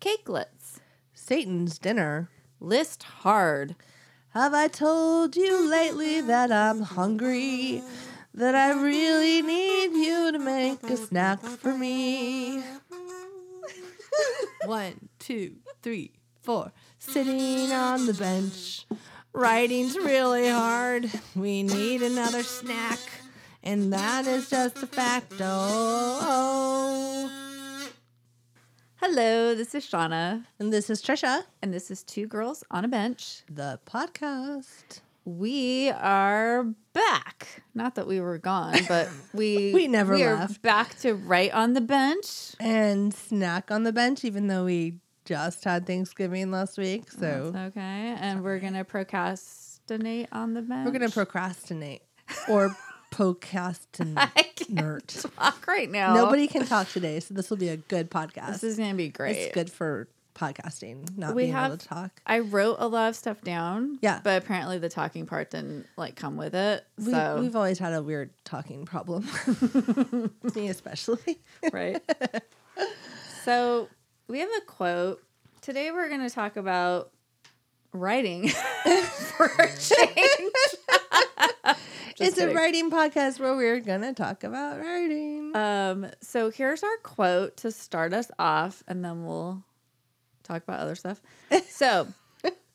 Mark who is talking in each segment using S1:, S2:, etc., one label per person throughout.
S1: Cakelets.
S2: Satan's dinner.
S1: List hard.
S2: Have I told you lately that I'm hungry? That I really need you to make a snack for me.
S3: One, two, three, four. Sitting on the bench. Writing's really hard. We need another snack. And that is just a fact. Oh,
S1: Hello, this is Shauna,
S2: And this is Trisha,
S1: and this is Two Girls on a Bench.
S2: the podcast.
S1: We are back. Not that we were gone, but we
S2: We never
S1: we Are
S2: left.
S1: back to right on the bench.
S2: And snack on the bench, even though we just had Thanksgiving last week. So
S1: Okay, and we're gonna procrastinate on the bench.
S2: we're going to procrastinate or procrastinate.
S1: I can't talk right now.
S2: Nobody can talk today, so this will be a good podcast.
S1: This is gonna be great.
S2: It's good for podcasting, not
S1: We
S2: being able
S1: have-
S2: to talk.
S1: I wrote a lot of stuff down.
S2: Yeah.
S1: But apparently the talking part didn't like come with it.
S2: We,
S1: So
S2: We've always had a weird talking problem, me especially.
S1: right. so we have a quote. Today we're gonna talk about writing for a change.
S2: it's
S1: kidding.
S2: a writing podcast where we're gonna talk about writing.
S1: Um, so here's our quote to start us off, and then we'll talk about other stuff. So,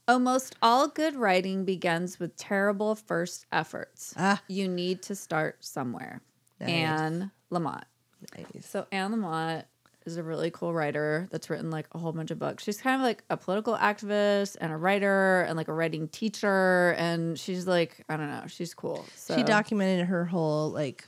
S1: almost all good writing begins with terrible first efforts.
S2: Ah.
S1: You need to start somewhere.
S2: Nice.
S1: Anne Lamott.
S2: Nice.
S1: So, Anne Lamott is a really cool writer that's written like a whole bunch of books. She's kind of like a political activist and a writer and like a writing teacher. And she's like, I don't know, she's cool. So,
S2: She documented her whole like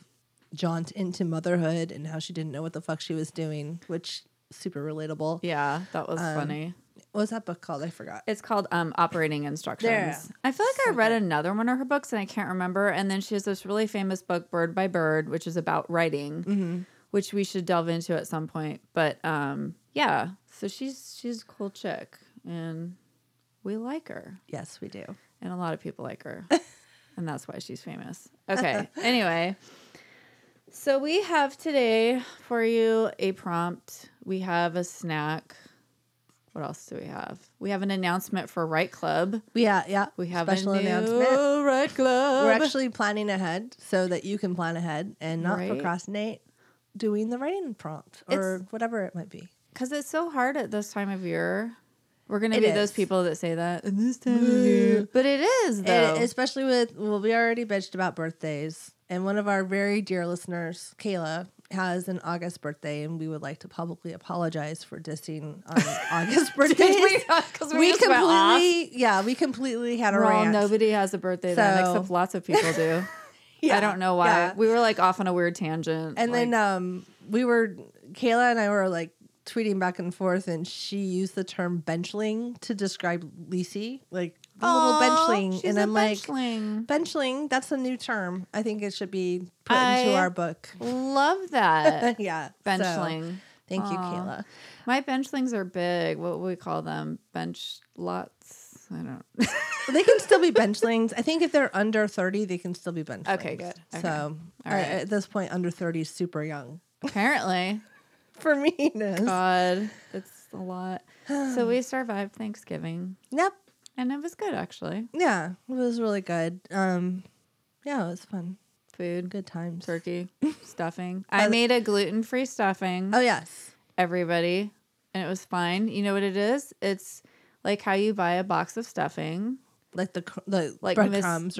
S2: jaunt into motherhood and how she didn't know what the fuck she was doing, which super relatable.
S1: Yeah, that was
S2: um,
S1: funny.
S2: What was that book called? I forgot.
S1: It's called um, Operating Instructions.
S2: There.
S1: I feel like I read another one of her books and I can't remember. And then she has this really famous book, Bird by Bird, which is about writing,
S2: Mm-hmm.
S1: which we should delve into at some point. But um, yeah, so she's she's a cool chick, and we like her,
S2: Yes, we do.
S1: and a lot of people like her, and that's why she's famous. Okay. anyway. So we have today for you a prompt. We have a snack. What else do we have? We have an announcement for Right Club.
S2: Yeah, yeah.
S1: We have
S2: special
S1: a new
S2: announcement.
S1: Right Club.
S2: We're actually planning ahead so that you can plan ahead and not
S1: Right.
S2: procrastinate doing the writing prompt or whatever it might be.
S1: because it's so hard at this time of year. We're gonna
S2: It
S1: be those
S2: is.
S1: people that say that "At this time of year, but it is though.
S2: And especially with well, we already bitched about birthdays, and one of our very dear listeners, Kayla, has an August birthday, and we would like to publicly apologize for dissing on August birthdays.
S1: because we,
S2: we
S1: just went off.
S2: completely, yeah, we completely had a
S1: Well,
S2: rant.
S1: nobody has a birthday then,
S2: So-
S1: except lots of people do.
S2: Yeah,
S1: I don't know why.
S2: yeah.
S1: We were like off on a weird tangent,
S2: and
S1: like,
S2: then um, we were Kayla and I were like tweeting back and forth, and she used the term benchling to describe Lisi, like the
S1: "Aw,
S2: little benchling,
S1: she's
S2: and
S1: a
S2: I'm like.
S1: benchling.
S2: Benchling, that's a new term. I think it should be put into
S1: I-
S2: our book.
S1: love that
S2: yeah. so,
S1: benchling.
S2: thank you,
S1: Aw.
S2: Kayla.
S1: My benchlings are big. What would we call them? Bench lots. I don't.
S2: They can still be benchlings. I think if they're under 30, they can still be benchlings.
S1: Okay, good. Okay.
S2: So
S1: All
S2: I-
S1: right.
S2: at this point, under 30 is super young
S1: Apparently,
S2: for me. Ness.
S1: God, it's a lot. So we survived Thanksgiving,
S2: Yep.
S1: and it was good actually.
S2: Yeah. It was really good. Um, yeah, it was fun.
S1: Food,
S2: Good times.
S1: turkey, stuffing. I
S2: the-
S1: made a gluten-free stuffing.
S2: Oh, yes.
S1: everybody and it was fine you know what it is it's like how you buy a box of stuffing
S2: Like the, cr- the
S1: like
S2: breadcrumbs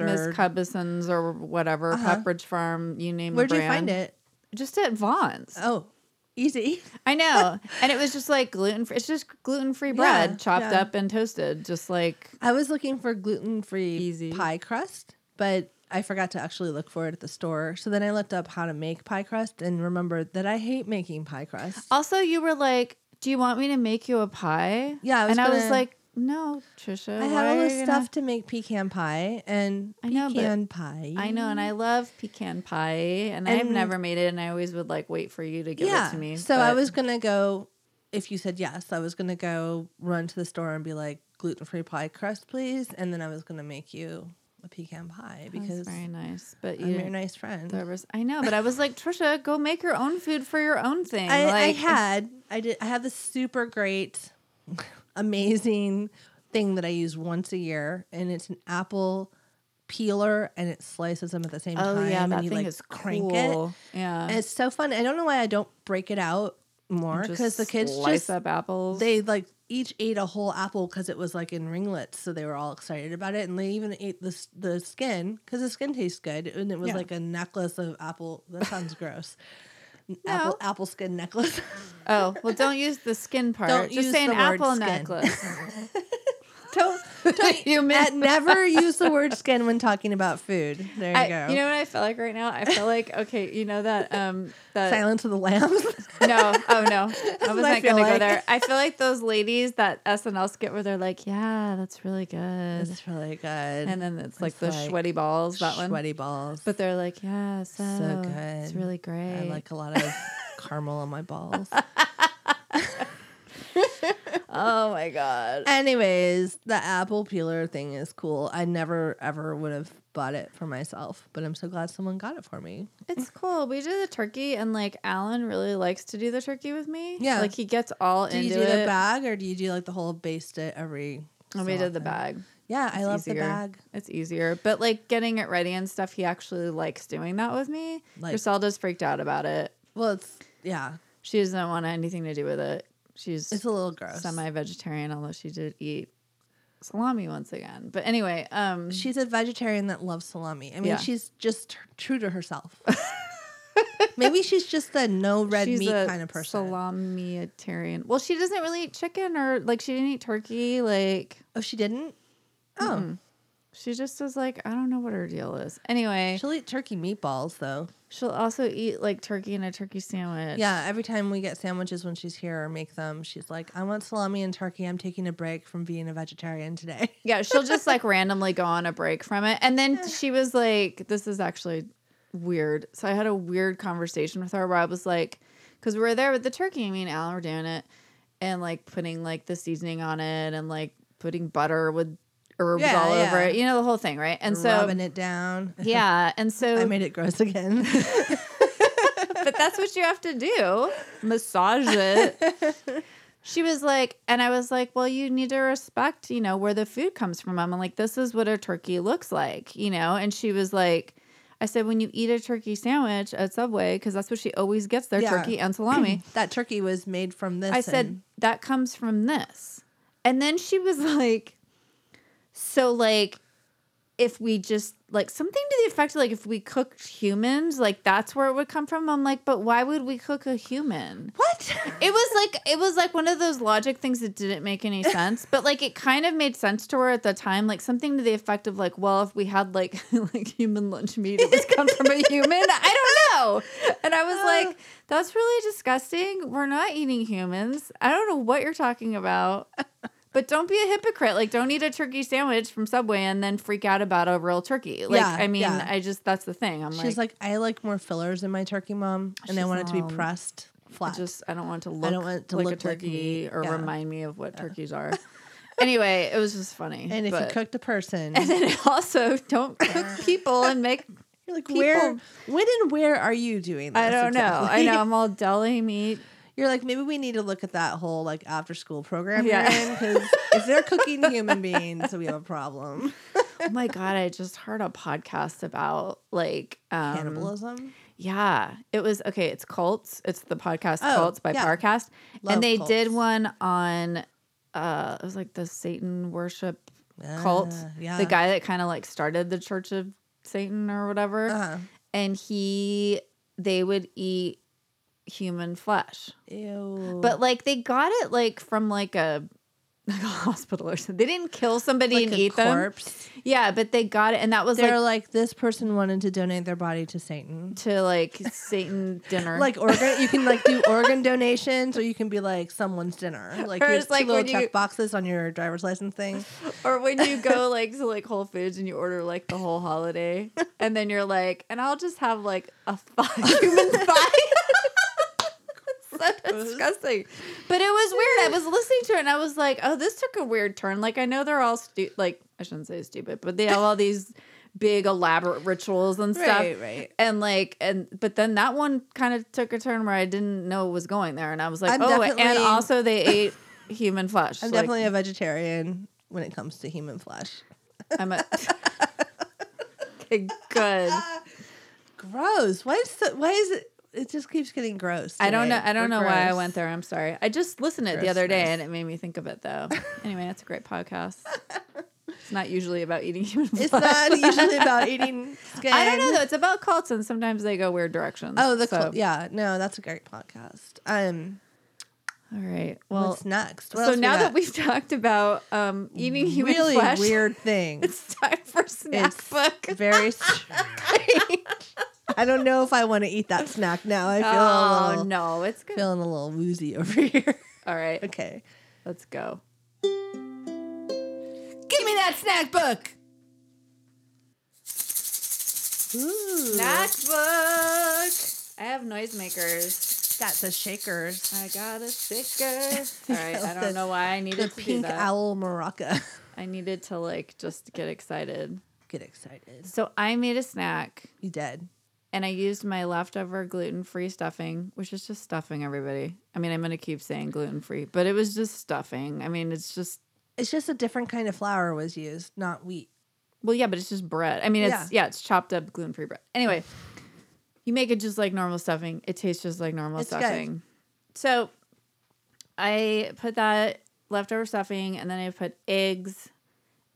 S1: miss,
S2: or.
S1: miss Cubbison's or whatever
S2: Uh-huh.
S1: pepperidge farm you name
S2: Where'd
S1: the
S2: you
S1: brand
S2: find it?
S1: just at vaughn's
S2: Oh, easy.
S1: i know and it was just like gluten free it's just gluten-free bread
S2: Yeah,
S1: chopped
S2: yeah.
S1: up and toasted just like
S2: I was looking for gluten free
S1: Easy.
S2: pie crust, but I forgot to actually look for it at the store. So then I looked up how to make pie crust and remembered that I hate making pie crust.
S1: also you were like do you want me to make you a pie
S2: Yeah, I was
S1: and i was
S2: gonna-
S1: like no trisha why
S2: I have all
S1: are
S2: this
S1: you
S2: stuff
S1: gonna-"
S2: to make pecan pie and
S1: I know, but-
S2: pecan pie.
S1: I know, and I love pecan pie, and, I've
S2: Mm-hmm. And-
S1: never made it, and I always would like wait for you to give
S2: yeah.
S1: it to me.
S2: so I
S1: but-
S2: was gonna go. If you said yes, I was gonna go run to the store and be like gluten free pie crust, please, and then I was gonna make you a pecan pie because
S1: That's very nice. But you
S2: I'm your
S1: didn't-
S2: nice friend.
S1: there was- I know, but I was like, Trisha, go make your own food for your own thing.
S2: I, I
S1: like,
S2: had I did I had this super great amazing thing that I use once a year, and it's an apple peeler, and it slices them at the same
S1: Oh
S2: time.
S1: yeah,
S2: and
S1: that
S2: you,
S1: thing
S2: like,
S1: is
S2: crank
S1: cool.
S2: it.
S1: Yeah,
S2: And it's so fun. I don't know why I don't break it out more
S1: Just
S2: because the kids
S1: slice
S2: just
S1: up apples.
S2: they like each ate a whole apple because it was like in ringlets, so they were all excited about it, and they even ate the s- the skin because the skin tastes good, and it was
S1: Yeah.
S2: like a necklace of apple. That sounds gross. An Apple apple skin necklace.
S1: oh well, don't use the skin part.
S2: Don't
S1: Just
S2: use
S1: say an
S2: the word
S1: apple
S2: skin.
S1: necklace.
S2: don't
S1: you
S2: Matt,
S1: meant.
S2: never use the word skin when talking about food. There you
S1: I,
S2: go.
S1: you know what I feel like right now? I feel like okay, you know that um that
S2: Silence of the Lambs.
S1: No, oh no, I
S2: what
S1: was
S2: I
S1: not
S2: feel
S1: gonna go
S2: like.
S1: there. I feel like those ladies that SNL skit where they're like, "Yeah, that's really good,"
S2: That's really good. And
S1: and then it's like
S2: it's
S1: the
S2: like
S1: sweaty balls. That one,
S2: sweaty balls.
S1: but they're like, "Yeah, so,
S2: good.
S1: It's really great."
S2: I like a lot of caramel on my balls.
S1: oh my god.
S2: Anyways, the apple peeler thing is cool. I never ever would have bought it for myself, but I'm so glad someone got it for me.
S1: It's cool. We did the turkey, and like Alan really likes to do the turkey with me.
S2: Yeah.
S1: like he gets all
S2: Do
S1: into
S2: you do
S1: it.
S2: the bag or do you do like the whole baste it every?
S1: and we
S2: so
S1: did the
S2: often?
S1: bag.
S2: Yeah, I
S1: It's
S2: love the
S1: easier.
S2: bag.
S1: It's easier, but like getting it ready and stuff, he actually likes doing that with me.
S2: Like-
S1: Griselda's freaked out about it.
S2: Well, it's yeah,
S1: She doesn't want anything to do with it. She's
S2: it's a little gross.
S1: semi-vegetarian, although she did eat salami once again. But anyway, um,
S2: She's a vegetarian that loves salami. I mean,
S1: Yeah.
S2: she's just tr- true to herself. Maybe she's just a no red
S1: she's
S2: meat
S1: a
S2: kind of person.
S1: Salamitarian. Well, she doesn't really eat chicken or like she didn't eat turkey. Like
S2: oh, she didn't. Oh,
S1: Mm-hmm. she just is like I don't know what her deal is. Anyway, she'll,
S2: she'll eat turkey meatballs though.
S1: also eat like turkey and a turkey sandwich.
S2: Yeah, every time we get sandwiches when she's here or make them, she's like, "I want salami and turkey. I'm taking a break from being a vegetarian today."
S1: Yeah, she'll just like randomly go on a break from it. And then she was like, this is actually weird. So I had a weird conversation with her where I was like, because we were there with the turkey, me and Alan were doing it and like putting like the seasoning on it and like putting butter with herbs
S2: Yeah,
S1: all over
S2: yeah.
S1: it, you know, the whole thing, right? And so,
S2: rubbing it down.
S1: yeah. And so,
S2: I made it gross again.
S1: but that's what you have to do massage it she was like and i was like well you need to respect you know where the food comes from i'm like this is what a turkey looks like you know and she was like i said when you eat a turkey sandwich at subway because that's what she always gets there
S2: Yeah.
S1: turkey and salami
S2: that turkey was made from this.
S1: i said
S2: and-
S1: that comes from this and then she was like so like if we just like something to the effect of like if we cooked humans like that's where it would come from i'm like but why would we cook a human
S2: "What?"
S1: it was like it was like one of those logic things that didn't make any sense but like it kind of made sense to her at the time like something to the effect of like well if we had like like human lunch meat it would come from a human i don't know and i was
S2: Uh.
S1: like that's really disgusting we're not eating humans i don't know what you're talking about but don't be a hypocrite like don't eat a turkey sandwich from subway and then freak out about a real turkey like
S2: Yeah,
S1: i mean
S2: yeah.
S1: i just that's the thing i'm
S2: She's like, "I like more fillers in my turkey, mom, and I
S1: She's
S2: want it to
S1: all-
S2: be pressed
S1: I
S2: flat."
S1: just I don't want it to look.
S2: don't want it to
S1: like a
S2: look like
S1: turkey
S2: meat.
S1: or
S2: Yeah.
S1: remind me of what turkeys are. anyway, it was just funny.
S2: and if
S1: but-
S2: you cooked a person,
S1: and then also don't cook people and make.
S2: You're like,
S1: People-
S2: where, when and where are you doing this?
S1: I don't know. I
S2: exactly?
S1: know I'm all deli meat.
S2: You're like, maybe we need to look at that whole like after school program
S1: Yeah.
S2: you're in because if they're cooking human beings, we have a problem.
S1: Oh my god! I just heard a podcast about like um,
S2: Cannibalism.
S1: Yeah, it was okay. It's cults. It's the podcast
S2: Oh,
S1: cults by
S2: yeah.
S1: Parcast,
S2: Love
S1: and they did
S2: cults.
S1: one on. uh It was like the Satan worship cult.
S2: Ah, yeah.
S1: the guy that kind of like started the Church of Satan or whatever,
S2: Uh-huh.
S1: and he they would eat human flesh,
S2: Ew.
S1: but like they got it like from like a. Like a hospital or something. They didn't kill somebody
S2: like
S1: and
S2: a
S1: eat
S2: corpse.
S1: them. Yeah, but they got it, and that was
S2: They're
S1: like
S2: like, this person wanted to donate their body to Satan.
S1: to like Satan dinner.
S2: Like organ, you can like do organ donations, or you can be like someone's dinner. Like
S1: Or
S2: you
S1: it's
S2: have two
S1: like
S2: little
S1: when you-
S2: check boxes on your driver's license thing.
S1: Or when you go like to like Whole Foods and you order like the whole holiday, and then you're like, and I'll just have like a thigh, human thigh. so disgusting. But it was weird. I was listening to it and I was like, oh, this took a weird turn. Like I know they're all stu- like I shouldn't say stupid, but they have all these big elaborate rituals and stuff.
S2: Right, right.
S1: And like and but then that one kind of took a turn where I didn't know it was going there, and I was like,
S2: I'm
S1: oh, and
S2: definitely-
S1: also they ate human flesh.
S2: I'm
S1: Like,
S2: definitely a vegetarian when it comes to human flesh.
S1: I'm a. okay, good.
S2: Gross. Why is so, why is it? It just keeps getting gross.
S1: I don't know.
S2: today.
S1: I don't
S2: We're
S1: know why I
S2: gross.
S1: went there. I'm sorry. I just listened to it the other day
S2: Grossness.
S1: and it made me think of it though. anyway, that's a great podcast. It's not usually about eating human flesh.
S2: It's not usually about eating skin.
S1: I don't know though. It's about cults and sometimes they go weird directions.
S2: Oh, the
S1: So-
S2: cult. Yeah, no, that's a great podcast. Um,
S1: All right. Well,
S2: what's next? What
S1: so
S2: else
S1: now that
S2: got?
S1: we've talked about um, eating human
S2: really
S1: flesh,
S2: weird thing,
S1: it's time for snack
S2: It's
S1: book.
S2: very strange. I don't know if I want to eat that snack now. I feel a
S1: oh
S2: little,
S1: no, it's good.
S2: feeling a little woozy over here.
S1: All right,
S2: okay,
S1: let's go.
S3: Give me that snack book.
S1: Snack book. I have noisemakers.
S2: got the shakers.
S1: I got a sticker. All right, I
S2: The-
S1: don't know why I
S2: The
S1: needed to do
S2: pink
S1: that.
S2: owl maraca.
S1: I needed to like just get excited.
S2: Get excited.
S1: So I made a snack
S2: You dead?
S1: and I used my leftover gluten free stuffing, which is just stuffing, everybody. I mean, I'm going to keep saying gluten free, but it was just stuffing. I mean, it's just,
S2: It's just a different kind of flour was used, not wheat.
S1: well, yeah, but it's just bread. I mean, it's, yeah, it's chopped up gluten free bread. Anyway, you make it just like normal stuffing. It tastes just like normal
S2: It's good.
S1: stuffing. So I put that leftover stuffing and then I put eggs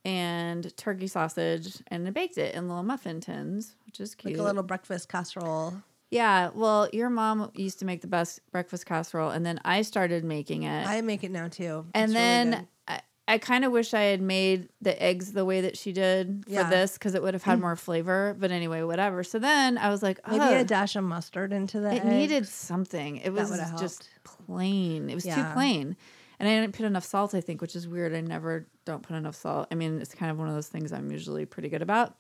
S1: and turkey sausage and I baked it in little muffin tins, which is cute.
S2: Like a little breakfast casserole.
S1: Yeah, well, your mom used to make the best breakfast casserole, and then I started making it.
S2: I make it now too.
S1: and
S2: It's really
S1: then
S2: good.
S1: I, I kind of wish I had made the eggs the way that she did
S2: Yeah. Mm.
S1: for this because it would have had more flavor. But anyway, whatever. So then I was like,
S2: Maybe a
S1: oh,
S2: dash of mustard into the
S1: it
S2: egg.
S1: needed something. It was
S2: would've
S1: just plain. It was
S2: Yeah.
S1: too plain. And I didn't put enough salt, I think, which is weird. I never don't put enough salt. I mean, it's kind of one of those things I'm usually pretty good about.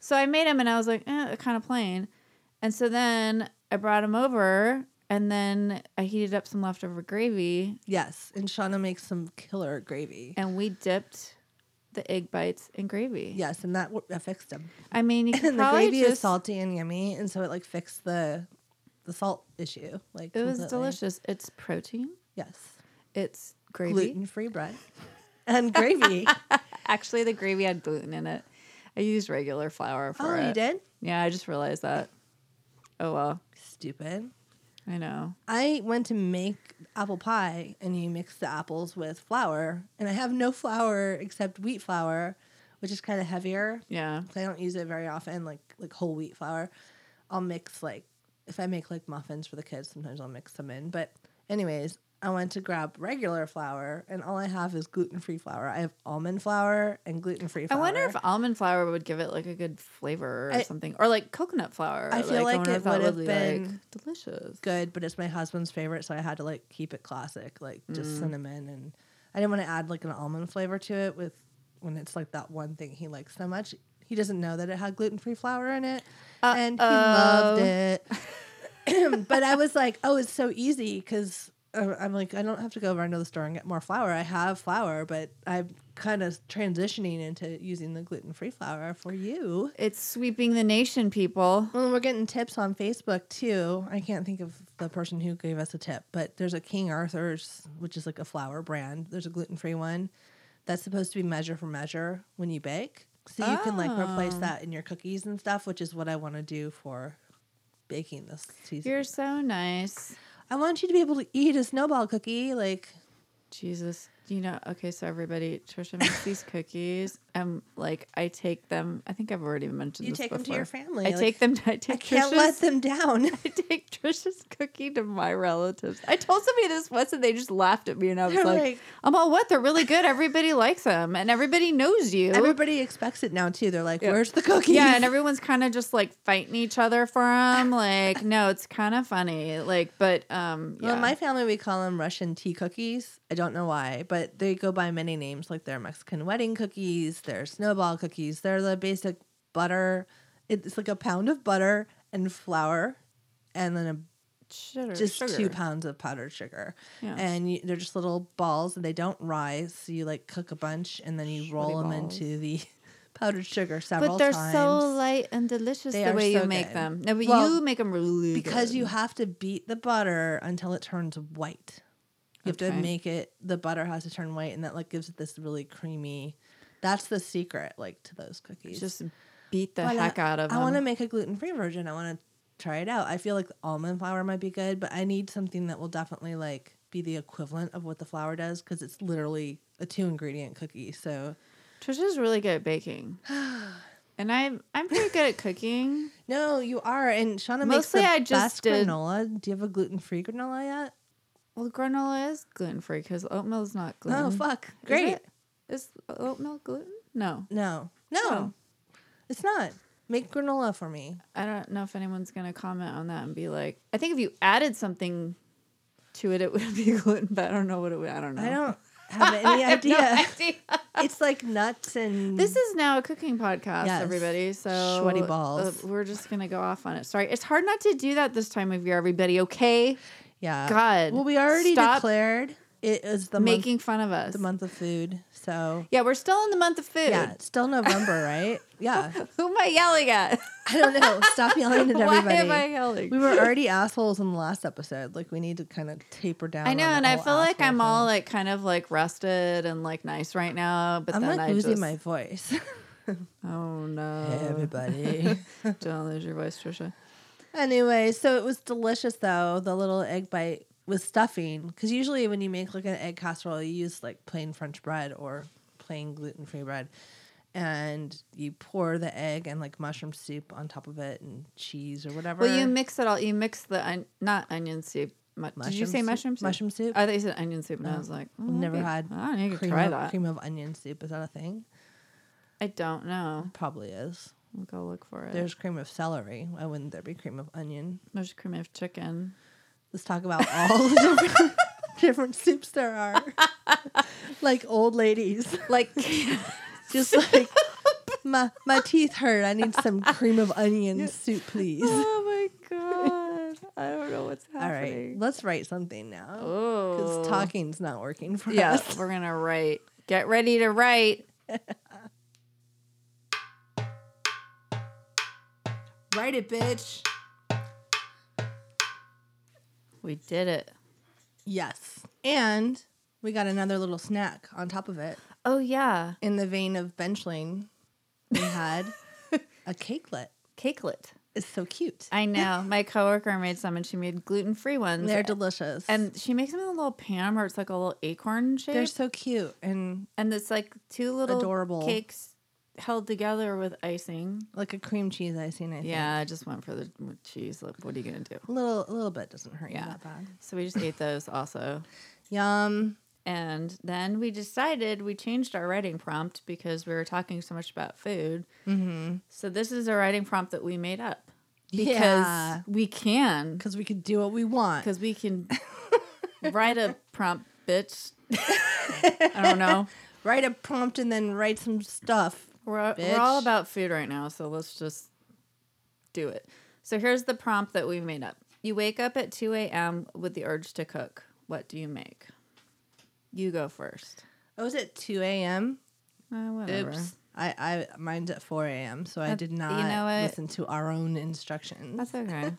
S1: So I made them and I was like, eh, kind of plain. And so then I brought them over and then I heated up some leftover gravy
S2: Yes, and Shauna makes some killer gravy.
S1: and we dipped the egg bites in gravy.
S2: Yes, and that w- that fixed them.
S1: I mean, you could
S2: And the
S1: probably
S2: gravy
S1: just,
S2: is salty and yummy, and so it like fixed the the salt issue. Like
S1: It was
S2: completely.
S1: delicious. It's protein.
S2: Yes,
S1: It's gravy.
S2: gluten free bread and gravy.
S1: Actually, the gravy had gluten in it. I used regular flour for
S2: oh,
S1: it.
S2: you did?
S1: Yeah, I just realized that. Oh well,
S2: Stupid.
S1: I know.
S2: I went to make apple pie, and you mix the apples with flour, and I have no flour except wheat flour, which is kind of heavier.
S1: Yeah,
S2: I don't use it very often, like like whole wheat flour. I'll mix like if I make like muffins for the kids, sometimes I'll mix them in. But anyways, I went to grab regular flour and all I have is gluten free flour. I have almond flour and gluten free
S1: I
S2: flour.
S1: wonder if almond flour would give it like a good flavor or
S2: I-
S1: something, or like coconut flour.
S2: I feel like
S1: wonder
S2: it
S1: if that
S2: would have
S1: be,
S2: been-
S1: like, delicious.
S2: good, but it's my husband's favorite, so I had to like keep it classic, like just cinnamon and I didn't want to add like an almond flavor to it with when it's like that one thing he likes so much. He doesn't know that it had gluten free flour in it. And he loved
S1: Uh-oh.
S2: it. but I was like, oh, it's so easy because I'm like, I don't have to go over into the store and get more flour. I have flour, but I'm kind of transitioning into using the gluten free flour for you.
S1: It's sweeping the nation, people.
S2: Well, we're getting tips on Facebook too. I can't think of the person who gave us a tip, but there's a King Arthur's, which is like a flour brand. There's a gluten free one that's supposed to be measure for measure when you bake. So you can like replace
S1: Oh.
S2: that in your cookies and stuff, which is what I want to do for baking this season.
S1: You're so nice,
S2: I want you to be able to eat a snowball cookie. Like,
S1: Jesus. You know, okay, so everybody, Trisha makes these cookies. Um, like I take them. I think I've already mentioned.
S2: You
S1: this
S2: take 'em to your
S1: before.
S2: family,
S1: I
S2: like,
S1: take them. I take.
S2: I can't
S1: Trisha's-
S2: let them down.
S1: I take Trisha's cookie to my relatives. I told somebody this once and they just laughed at me and I was
S2: They're
S1: like,
S2: like-
S1: I'm all what? They're really good. Everybody likes them and everybody knows you.
S2: Everybody expects it now too. They're like,
S1: Yeah.
S2: where's the cookie?
S1: yeah, and everyone's kind of just like fighting each other for them. Like, no, it's kind of funny. Like, but um, yeah,
S2: Well, in my family, we call them Russian tea cookies. I don't know why, but they go by many names. Like they're Mexican wedding cookies, they're snowball cookies, they're the basic butter. It's like a pound of butter and flour, and then a,
S1: sugar,
S2: just
S1: sugar.
S2: two pounds of powdered sugar.
S1: Yeah.
S2: And you, they're just little balls, and they don't rise. So you like cook a bunch, and then you roll them
S1: balls.
S2: into the powdered sugar several
S1: But they're
S2: times.
S1: so light and delicious
S2: They
S1: the
S2: are
S1: way
S2: so
S1: you make
S2: good.
S1: them. No, but
S2: Well,
S1: you make them really
S2: because
S1: good.
S2: you have to beat the butter until it turns white. You have
S1: Okay.
S2: to make it the butter has to turn white, and that like gives it this really creamy. That's the secret, like to those cookies.
S1: Just beat the
S2: But I-
S1: heck out of
S2: I
S1: them.
S2: want to make a gluten free version. I want to try it out. I feel like the almond flour might be good, but I need something that will definitely like be the equivalent of what the flour does because it's literally a two ingredient cookie. So
S1: Trisha's really good at baking. And I'm I'm pretty good at cooking.
S2: no, you are. And Shauna makes
S1: Mostly
S2: the
S1: I just
S2: best
S1: did-
S2: granola. Do you have a gluten free granola yet?
S1: Well, granola is gluten free because oatmeal is not gluten.
S2: Oh fuck, great.
S1: it? Is oatmeal gluten? No,
S2: No, no,
S1: No.
S2: it's not. Make granola for me.
S1: I don't know if anyone's gonna comment on that and be like, I think if you added something to it, it would be gluten, but I don't know what it would. I don't know.
S2: I don't have any idea.
S1: idea.
S2: it's like nuts and
S1: This is now a cooking podcast,
S2: Yes.
S1: everybody. So
S2: Sweaty balls.
S1: uh, we're just gonna go off on it. Sorry, it's hard not to do that this time of year, everybody. Okay,
S2: yeah.
S1: God,
S2: Well, we already
S1: stop
S2: declared it is the month
S1: making fun of us.
S2: the month of food. So
S1: Yeah, we're still in the month of food.
S2: yeah, it's still November, right? Yeah.
S1: Who am I yelling at?
S2: I don't know. Stop yelling at
S1: Why
S2: everybody.
S1: am I yelling?
S2: We were already assholes in the last episode. Like we need to kind of taper down.
S1: I know,
S2: on the
S1: and I
S2: whole
S1: feel like
S2: asshole
S1: I'm
S2: thing.
S1: all like kind of like rested and like nice right now, but
S2: I'm
S1: then
S2: like
S1: I
S2: losing
S1: just
S2: my voice.
S1: oh no,
S2: Hey, everybody.
S1: don't lose your voice, Trisha.
S2: Anyway, so it was delicious though, the little egg bite with stuffing. Because usually when you make like an egg casserole, you use like plain French bread or plain gluten free bread. And you pour the egg and like mushroom soup on top of it and cheese or whatever.
S1: Well, you mix it all. You mix the on- not onion soup. Mu- Did you say mushroom soup?
S2: Mushroom soup.
S1: I thought you said onion soup, and I was like, oh,
S2: I've never
S1: maybe-
S2: had
S1: I need to
S2: cream,
S1: try
S2: of,
S1: that.
S2: cream of onion soup. Is that a thing?
S1: I don't know.
S2: Probably is.
S1: I'll go look for it. There's,
S2: There's cream of celery. Why wouldn't there be cream of onion?
S1: cream of chicken.
S2: Let's talk about all the different, different soups there are. like old ladies.
S1: Like
S2: Just like my my teeth hurt. I need some cream of onion soup, please.
S1: oh my god, I don't know what's
S2: All right.
S1: happening.
S2: Let's write something now.
S1: Oh,
S2: Because talking's not working for
S1: Yeah,
S2: us.
S1: we're gonna write. Get ready to write.
S3: Write it, bitch.
S1: We did it.
S2: Yes. And we got another little snack on top of it.
S1: Oh yeah,
S2: In the vein of benchling, we had a cakelet.
S1: cakelet.
S2: It's so cute.
S1: I know. My coworker made some, and she made gluten free ones.
S2: They're delicious.
S1: and she makes them in a little pan where it's like a little acorn shape,
S2: they're so cute and
S1: and it's like two little
S2: Adorable.
S1: cakes held together with icing.
S2: like a cream cheese icing, I think.
S1: Yeah, I just went for the with cheese. Like, what are you gonna do?
S2: A little a little bit doesn't hurt
S1: Yeah.
S2: you that bad.
S1: So we just ate those also,
S2: Yum.
S1: and then we decided we changed our writing prompt because we were talking so much about food. Mm-hmm. So this is a writing prompt that we made up because
S2: Yeah.
S1: we can.
S2: Because we could do what we want.
S1: because we can write a prompt, bitch. I don't know.
S2: Write a prompt and then write some stuff.
S1: We're, we're all
S2: Bitch.
S1: about food right now, so let's just do it. So here's the prompt that we made up. You wake up at 2 a.m. with the urge to cook. What do you make? You go first.
S2: Oh, is it two a.m.?
S1: Uh, whatever.
S2: I, I mine's at four a.m. So I did not
S1: know what?
S2: listen to our own instructions.
S1: That's okay.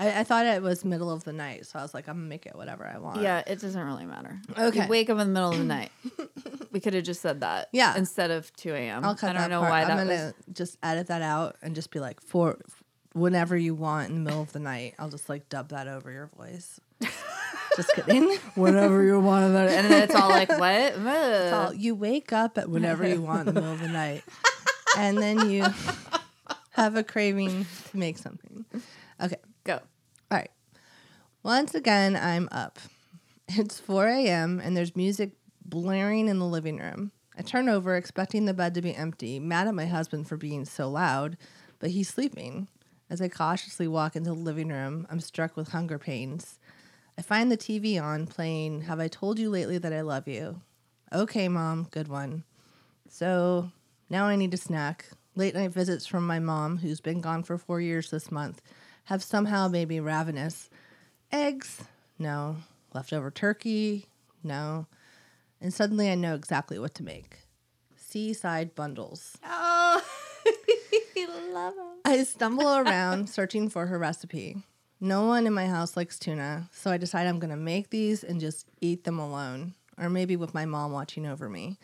S2: I, I thought it was middle of the night, so I was like, I'm gonna make it whatever I want.
S1: yeah, it doesn't really matter.
S2: Okay.
S1: You wake up in the middle of the night. we could have just said that.
S2: Yeah.
S1: Instead of 2 a.m.
S2: I'll cut
S1: I don't
S2: that
S1: know
S2: part.
S1: why that
S2: I'm
S1: was.
S2: gonna just edit that out and just be like for whenever you want in the middle of the night. I'll just like dub that over your voice. just kidding.
S1: Whenever you want to. And then it's all like, what? It's
S2: Well, you wake up at whenever you want in the middle of the night, and then you have a craving to make something. Okay,
S1: Go.
S2: all right. Once again, I'm up. It's 4 a.m., and there's music blaring in the living room. I turn over, expecting the bed to be empty, mad at my husband for being so loud, but he's sleeping. As I cautiously walk into the living room, I'm struck with hunger pains. I find the TV on playing Have I Told You Lately That I Love You? Okay, mom, good one. So now I need a snack. Late night visits from my mom, who's been gone for four years this month, have somehow made me ravenous. Eggs? No. Leftover turkey? No. And suddenly I know exactly what to make seaside bundles.
S1: Oh, love him.
S2: I stumble around searching for her recipe. No one in my house likes tuna, so I decide I'm going to make these and just eat them alone, or maybe with my mom watching over me.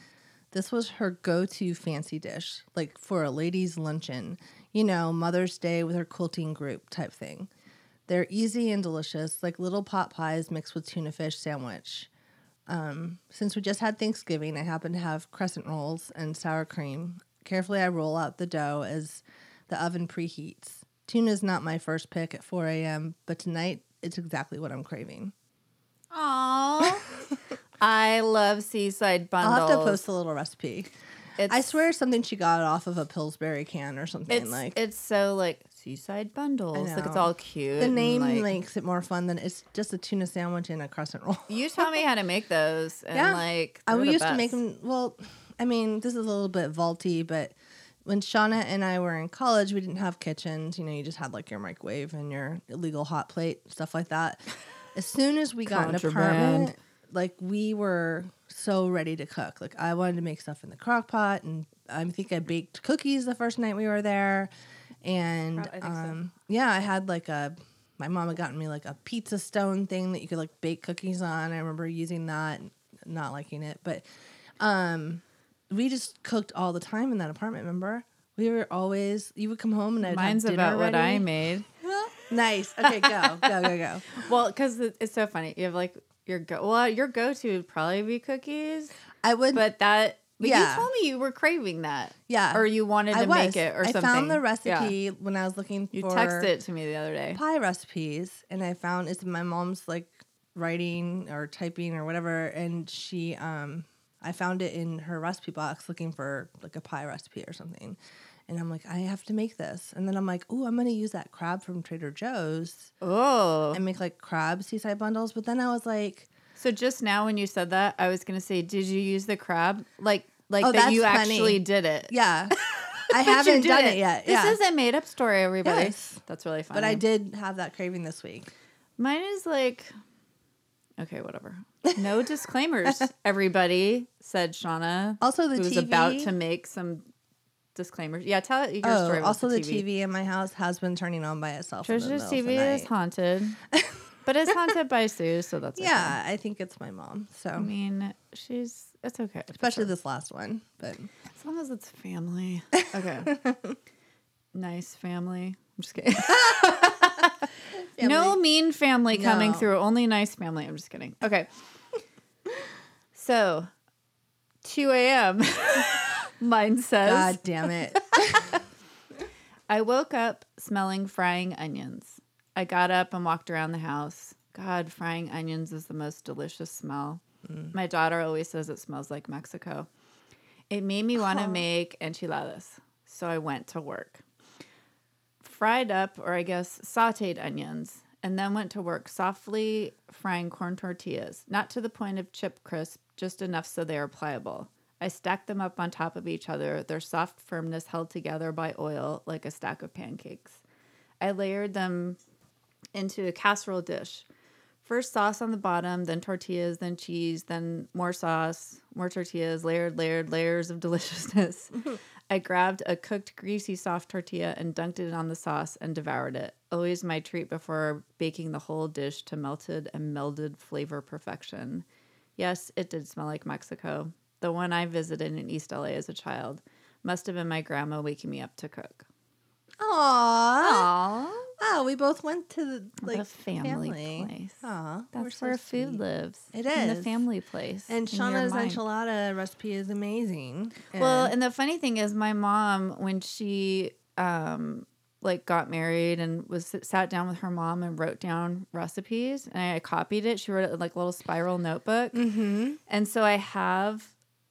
S2: This was her go to fancy dish, like for a ladies' luncheon, you know, Mother's Day with her quilting group type thing. They're easy and delicious, like little pot pies mixed with tuna fish sandwich. Um, since we just had Thanksgiving, I happen to have crescent rolls and sour cream. Carefully, I roll out the dough as the oven preheats. Tuna's not my first pick at 4 a.m., but tonight it's exactly what I'm craving.
S1: Aww. I love seaside bundles.
S2: I'll have to post a little recipe.
S1: It's,
S2: I swear it's something she got off of a Pillsbury can or something
S1: it's
S2: like.
S1: it's so like seaside bundles. Like it's
S2: know.
S1: all cute.
S2: the
S1: and,
S2: name
S1: like,
S2: makes it more fun than it's just a tuna sandwich and a crescent roll.
S1: you taught me how to make those, and
S2: Yeah.
S1: like
S2: I
S1: they're
S2: we
S1: the
S2: used to make
S1: best.
S2: them. Well, I mean, this is a little bit vaulty, but when Shauna and I were in college, we didn't have kitchens. You know, you just had like your microwave and your illegal hot plate stuff like that. As soon as we got an
S1: Contraband.
S2: apartment, like we were so ready to cook. Like I wanted to make stuff in the crock pot, and I think I baked cookies the first night we were there. And
S1: Prob- I think so.
S2: um, yeah, I had like a. My mom had gotten me like a pizza stone thing that you could like bake cookies on. I remember using that, and not liking it, but um, we just cooked all the time in that apartment. Remember, we were always. You would come home and I'd
S1: Mine's
S2: have dinner
S1: about what
S2: ready.
S1: I made.
S2: Nice. Okay, go go go go.
S1: Well, because it's so funny. You have like your go. Well, your go-to would probably be cookies,
S2: I would.
S1: but that. But
S2: Yeah.
S1: you told me you were craving that.
S2: Yeah.
S1: Or you wanted to
S2: I
S1: make it or
S2: I
S1: something.
S2: found the
S1: Yeah.
S2: recipe when I was looking
S1: You
S2: for
S1: texted it to me the other day.
S2: pie recipes, and I found it's in my mom's like writing or typing or whatever, and she um I found it in her recipe box looking for like a pie recipe or something. And I'm like, I have to make this. And then I'm like, oh, I'm gonna use that crab from Trader Joe's
S1: Oh.
S2: and make like crab seaside bundles. But then I was like,
S1: So just now when you said that, I was gonna say, did you use the crab? Like, like
S2: Oh,
S1: that
S2: that's
S1: you
S2: funny.
S1: actually did it.
S2: yeah, I
S1: But you
S2: haven't
S1: did
S2: done it, yet.
S1: This
S2: yeah.
S1: is a made up story, everybody.
S2: Yes.
S1: That's really funny.
S2: but I did have that craving this week.
S1: Mine is like, okay, whatever. No disclaimers, everybody, said Shauna.
S2: Also, the
S1: who was
S2: TV.
S1: about to make some disclaimers. Yeah, tell it your
S2: oh,
S1: story. about
S2: also the TV.
S1: TV.
S2: in my house has been turning on by itself. in the
S1: Treasure's
S2: middle of the
S1: TV is
S2: night.
S1: haunted, but it's haunted by Sue, so that's okay.
S2: Yeah, I think it's my mom. So
S1: I mean, she's it's okay, That's
S2: especially
S1: her.
S2: this last one, but
S1: as long as it's family. Okay, nice family. I'm just kidding. No mean family coming
S2: No.
S1: through. Only nice family. I'm just kidding. Okay. so, 2 a.m. Mine says
S2: God damn it!
S1: I woke up smelling frying onions. I got up and walked around the house. God, frying onions is the most delicious smell. My daughter always says it smells like Mexico. It made me want to make enchiladas, so I went to work. Fried up, or I guess sauteed onions, and then went to work softly frying corn tortillas, not to the point of chip crisp, just enough so they are pliable. I stacked them up on top of each other, their soft firmness held together by oil like a stack of pancakes. I layered them into a casserole dish. First sauce on the bottom, then tortillas, then cheese, then more sauce, more tortillas, layered, layered, layers of deliciousness. I grabbed a cooked, greasy, soft tortilla and dunked it on the sauce and devoured it. Always my treat before baking the whole dish to melted and melded flavor perfection. Yes, it did smell like Mexico, the one I visited in East LA as a child. Must have been my grandma waking me up to cook.
S2: Aww.
S1: Aww.
S2: Wow, we both went to the like
S1: the family, place.
S2: Aw, we're
S1: That's
S2: so
S1: where
S2: sweet.
S1: food lives.
S2: It
S1: in the
S2: is.
S1: family place.
S2: And
S1: in your
S2: Shauna's
S1: mind.
S2: enchilada recipe is amazing.
S1: Well,
S2: And-
S1: and the funny thing is, my mom when she um like got married and was sat down with her mom and wrote down recipes, and I copied it. She wrote it in like a little spiral notebook,
S2: Mm-hmm.
S1: and so I have.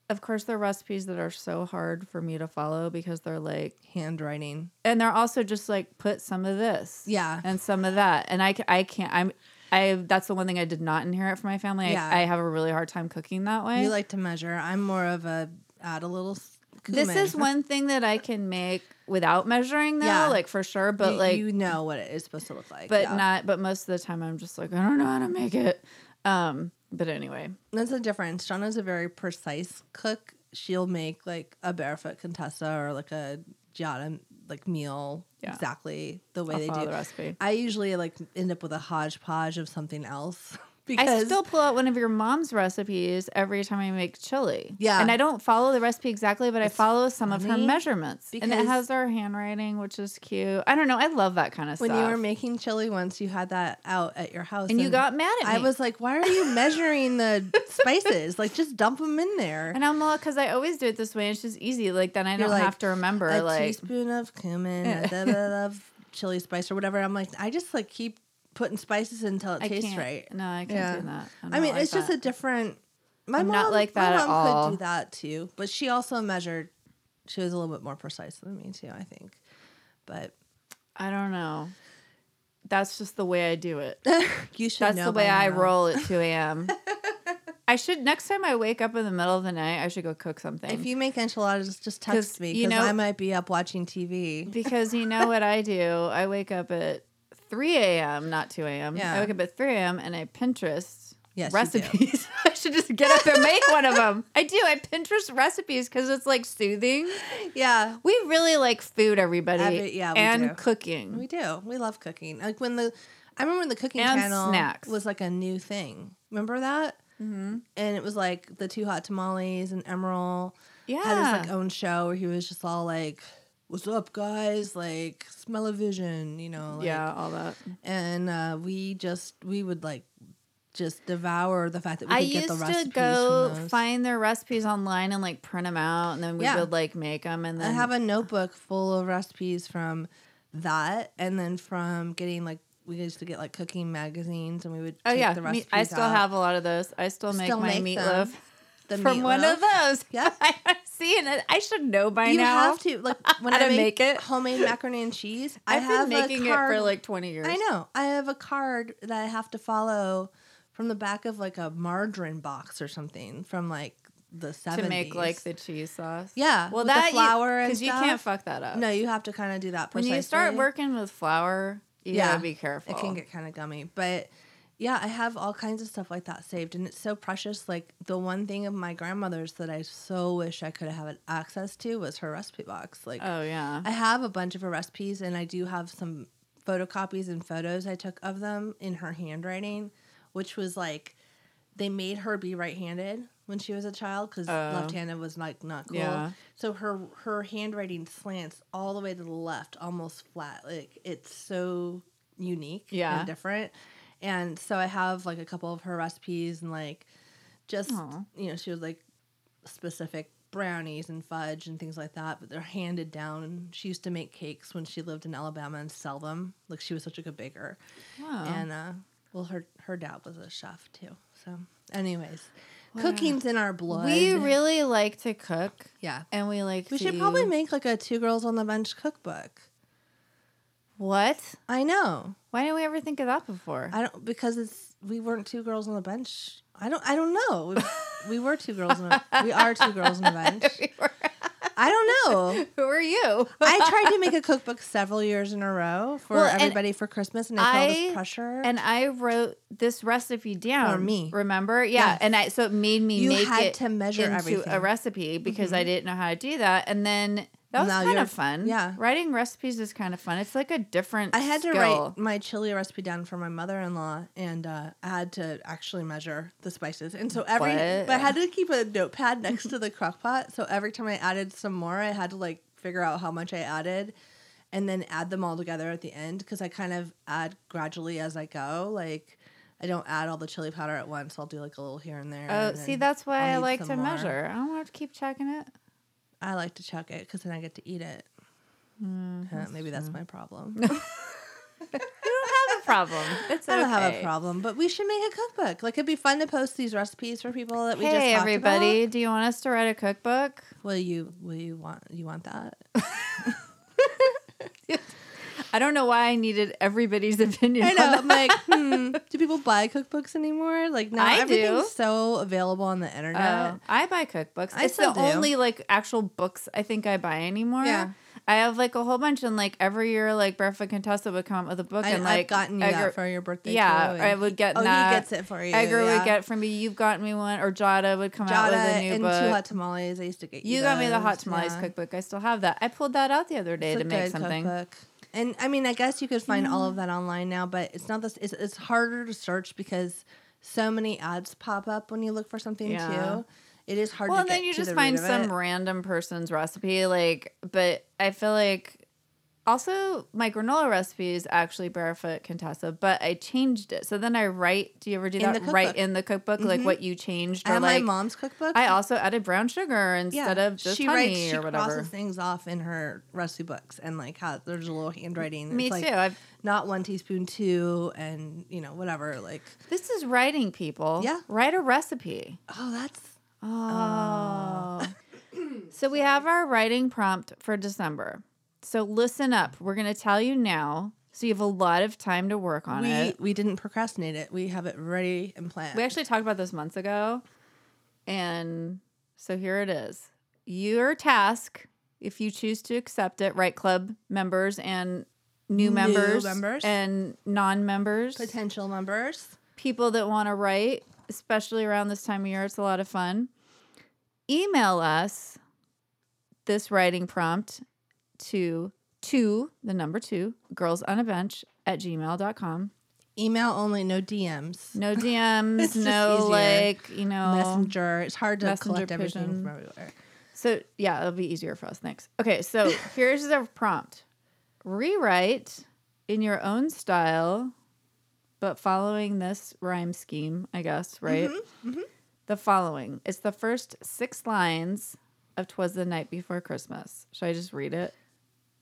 S1: Of course, they're recipes that are so hard for me to follow because they're like,
S2: handwriting.
S1: and they're also just like put some of this,
S2: Yeah.
S1: and some of that, and I, ca- I can't. I'm, I. That's the one thing I did not inherit from my family.
S2: Yeah.
S1: I, I have a really hard time cooking that way.
S2: You like to measure. I'm more of a add a little. s-
S1: this
S2: cumin.
S1: is one thing that I can make without measuring though,
S2: Yeah.
S1: like for sure. But
S2: you,
S1: like
S2: you know what it is supposed to look like.
S1: but
S2: yeah.
S1: not but most of the time I'm just like, I don't know how to make it. Um but anyway.
S2: That's the difference. Shauna's a very precise cook. She'll make like a barefoot contessa or like a giada like meal
S1: Yeah.
S2: exactly the way
S1: I'll
S2: they
S1: follow
S2: do.
S1: the recipe.
S2: I usually like end up with a hodgepodge of something else because
S1: I still pull out one of your mom's recipes every time I make chili.
S2: Yeah.
S1: And I don't follow the recipe exactly, but I follow some of her
S2: funny
S1: measurements. And it
S2: because-
S1: has our handwriting, which is cute. I don't know. I love that kind of
S2: when
S1: stuff.
S2: you were making chili once, you had that out at your house,
S1: and you got mad at me.
S2: I was like, "Why are you measuring the spices? Like, just dump them in there."
S1: And I'm like, because I always do it this way. It's just easy. Like, then I
S2: You're
S1: don't
S2: like,
S1: have to remember.
S2: a
S1: like,
S2: teaspoon of cumin, a da- da- da- of chili spice, or whatever. I'm like, I just like keep putting spices until it
S1: I
S2: tastes
S1: can't.
S2: right.
S1: No, I can't
S2: Yeah.
S1: do that. I'm
S2: I mean,
S1: not like
S2: it's just
S1: that.
S2: a different. My
S1: I'm
S2: mom,
S1: not like that
S2: my
S1: at
S2: mom
S1: all.
S2: could do that too, but she also measured. She was a little bit more precise than me too, I think. But
S1: I don't know. That's just the way I do it.
S2: you should.
S1: That's
S2: know
S1: the way
S2: by
S1: I
S2: now.
S1: roll at 2 a.m. I should next time I wake up in the middle of the night, I should go cook something.
S2: If you make enchiladas, just
S1: 'Cause,
S2: text me
S1: you
S2: because
S1: know-
S2: I might be up watching TV.
S1: because you know what I do? I wake up at 3 a.m., not 2 a.m. I
S2: Yeah.
S1: wake up at 3 a.m. and I Pinterest
S2: Yes, you do.
S1: recipes. I should just get up and make one of them. I do. I Pinterest recipes because it's like soothing.
S2: Yeah,
S1: We really like food, everybody.
S2: Every- yeah, we
S1: and
S2: do.
S1: cooking.
S2: we do. We love cooking. Like when the, I remember when the cooking
S1: And
S2: channel
S1: snacks.
S2: was like a new thing. Remember that? Mm-hmm. And it was like the two hot tamales and Emerald.
S1: yeah.
S2: had his like own show where he was just all like, "What's up, guys? Like, smell of vision, you know." Like,
S1: yeah, all that.
S2: And uh, we just we would like just devour the fact that we
S1: I
S2: could get
S1: used
S2: the recipes
S1: to go
S2: from those.
S1: find their recipes online and like print them out, and then we
S2: Yeah.
S1: would like make them. And
S2: I
S1: then
S2: have a notebook full of recipes from that, and then from getting like we used to get like cooking magazines, and we would
S1: oh
S2: take
S1: yeah,
S2: the
S1: me-
S2: recipes.
S1: I still
S2: out.
S1: have a lot of those. I still make
S2: Still
S1: my
S2: make
S1: meatloaf
S2: them. the
S1: from one
S2: meatloaf.
S1: of those.
S2: Yeah.
S1: I'm seeing it. I should know by
S2: You
S1: now.
S2: have to like when
S1: How
S2: I
S1: to make
S2: make,
S1: it.
S2: homemade macaroni and cheese. I
S1: I've
S2: have
S1: been making it
S2: a
S1: for
S2: card
S1: like 20 years.
S2: I know. I have a card that I have to follow from the back of like a margarine box or something from like the 70s.
S1: to make like the cheese sauce.
S2: Yeah,
S1: Well,
S2: with the
S1: that
S2: flour and
S1: because you, can't
S2: stuff.
S1: fuck that up.
S2: No, you have to kind of do that
S1: when
S2: precisely.
S1: you start working with flour, you
S2: Yeah.
S1: gotta be careful.
S2: it can get kind of gummy. But yeah, I have all kinds of stuff like that saved and it's so precious. Like the one thing of my grandmother's that I so wish I could have had access to was her recipe box. Like
S1: oh yeah.
S2: I have a bunch of her recipes, and I do have some photocopies and photos I took of them in her handwriting, which was like they made her be right-handed when she was a child because
S1: Oh.
S2: left-handed was like not cool.
S1: Yeah.
S2: So her her handwriting slants all the way to the left, almost flat. Like it's so unique
S1: Yeah.
S2: and different. And so I have like a couple of her recipes and like just
S1: Aw.
S2: you know she was like specific brownies and fudge and things like that, but they're handed down. She used to make cakes when she lived in Alabama and sell them. Like she was such a good baker.
S1: Wow.
S2: And uh well her her dad was a chef too. So anyways, cooking's in our blood.
S1: we really like to cook.
S2: yeah.
S1: And we like
S2: We
S1: to
S2: should probably make like a two girls on the bench cookbook.
S1: What?
S2: I know.
S1: Why didn't we ever think of that before?
S2: I don't because it's we weren't two girls on the bench. I don't I don't know. We, we were two girls on a, we are two girls on the bench. I don't know.
S1: Who are you?
S2: I tried to make a cookbook several years in a row for
S1: Well, and
S2: everybody for Christmas, and I felt
S1: I-
S2: this pressure.
S1: And I wrote this recipe down.
S2: For me.
S1: Remember? Yeah.
S2: Yes.
S1: And I so it made me
S2: You
S1: make
S2: had
S1: it
S2: to measure
S1: into a
S2: everything. Mm-hmm.
S1: recipe because I didn't know how to do that. And then that was
S2: Now
S1: kind
S2: you're-
S1: of fun.
S2: yeah.
S1: Writing recipes is kind of fun. It's like a different
S2: I had to
S1: skill.
S2: write my chili recipe down for my mother in law, and uh, I had to actually measure the spices. And so every,
S1: What?
S2: but I had to keep a notepad next to the crock pot. So every time I added some more, I had to like figure out how much I added and then add them all together at the end because I kind of add gradually as I go. Like, I don't add all the chili powder at once. I'll do like a little here and there.
S1: Oh,
S2: and
S1: see,
S2: then
S1: that's why
S2: I'll
S1: I
S2: need
S1: like
S2: some
S1: to
S2: more.
S1: measure. I don't have to keep checking it.
S2: I like to chuck it because then I get to eat it.
S1: Mm-hmm.
S2: Uh, maybe that's my problem.
S1: I don't have a problem. It's
S2: I don't have
S1: okay.
S2: a problem, but we should make a cookbook. Like it'd be fun to post these recipes for people that we just
S1: Hey
S2: talked
S1: everybody,
S2: about.
S1: do you want us to write a cookbook?
S2: Will you will you want you want that?
S1: I don't know why I needed everybody's opinion.
S2: I know.
S1: on that.
S2: I'm like, hmm, do people buy cookbooks anymore? Like now
S1: I do. Uh,
S2: everything's so available on the internet.
S1: Oh, Um, I buy cookbooks.
S2: I
S1: it's the
S2: still do.
S1: only like actual books I think I buy anymore.
S2: Yeah.
S1: I have like a whole bunch, and like every year, like Barefoot Contessa would come up with a book,
S2: I,
S1: and
S2: I've
S1: like
S2: gotten you
S1: Edgar-
S2: that for your birthday.
S1: yeah,
S2: too,
S1: I
S2: and
S1: would get.
S2: Oh, he
S1: that.
S2: gets it for you,
S1: Edgar
S2: yeah.
S1: would get from me. You've gotten me one, or Jada would come out
S2: Jada
S1: with a new
S2: and
S1: book.
S2: two hot tamales. I used to get you.
S1: you got me the hot
S2: those,
S1: tamales
S2: yeah.
S1: cookbook. I still have that. I pulled that out the other day
S2: It's
S1: to
S2: a
S1: make
S2: good
S1: something. Mm-hmm.
S2: cookbook. And I mean, I guess you could find all of that online now, but it's not this. It's, it's harder to search because so many ads pop up when you look for something
S1: Yeah.
S2: too. It is hard.
S1: Well,
S2: to
S1: and then
S2: get
S1: you
S2: to
S1: just
S2: the
S1: find
S2: root of
S1: some
S2: it.
S1: random person's recipe, like. But I feel like also my granola recipe is actually barefoot Contessa, but I changed it. So then I write. Do you ever do
S2: In
S1: that?
S2: the
S1: Write
S2: cookbook. Mm-hmm.
S1: in the cookbook, like what you changed, or
S2: And
S1: like
S2: my mom's cookbook.
S1: I also added brown sugar instead of just
S2: she
S1: honey
S2: writes, she
S1: or whatever.
S2: crosses things off in her recipe books, and like how there's a little handwriting.
S1: Me
S2: it's like
S1: too. I've,
S2: Not one teaspoon, two, and you know whatever. Like,
S1: this is writing, people.
S2: Yeah.
S1: write a recipe.
S2: oh, that's
S1: Oh. so we have our writing prompt for December. So listen up. We're going to tell you now. So you have a lot of time to work on
S2: we
S1: it.
S2: we didn't procrastinate it. We have it ready and planned.
S1: We actually talked about this months ago. And so here it is. Your task, if you choose to accept it, right club members and new
S2: New
S1: members,
S2: members.
S1: and non-members,
S2: potential members.
S1: people that want to write, especially around this time of year, it's a lot of fun. Email us this writing prompt to two, the number two, girls on a bench at gmail.com.
S2: Email only, no DMs.
S1: No
S2: It's
S1: DMs,
S2: just
S1: no
S2: easier.
S1: like, you know.
S2: Messenger. It's hard to
S1: Messenger
S2: collect everything
S1: pigeon.
S2: from everywhere.
S1: So, yeah, it'll be easier for us. Thanks. Okay, so here's the prompt rewrite in your own style, but following this rhyme scheme, I guess, right? The following it's the first six lines of Twas the Night Before Christmas. Should I just read it?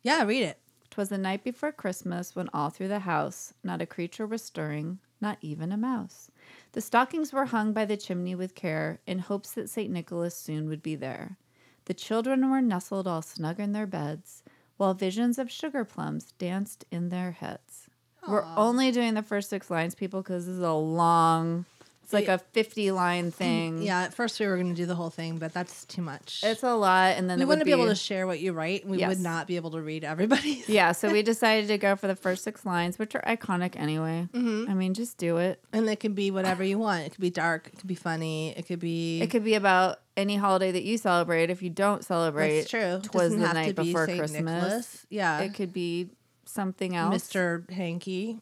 S2: Yeah, read it.
S1: Twas the night before Christmas when all through the house not a creature was stirring, not even a mouse. The stockings were hung by the chimney with care in hopes that St. Nicholas soon would be there. The children were nestled all snug in their beds while visions of sugar plums danced in their heads. We're only doing the first six lines, people, because this is a long, it's like a 50 line thing.
S2: Yeah, at first we were going to do the whole thing, but that's too much.
S1: It's a lot. And then
S2: we
S1: it would
S2: wouldn't be, able to share what you write. and We
S1: Yes.
S2: would not be able to read everybody's.
S1: Yeah, so we decided to go for the first six lines, which are iconic anyway. I mean, just do it.
S2: And it can be whatever you want. It could be dark. It could be funny. It could be.
S1: It could be about any holiday that you celebrate. If you don't celebrate,
S2: That's true. It
S1: Twas
S2: doesn't
S1: the
S2: have
S1: night
S2: to be
S1: before
S2: Saint
S1: Christmas.
S2: Nicholas. Yeah.
S1: It could be something else.
S2: Mr. Hanky.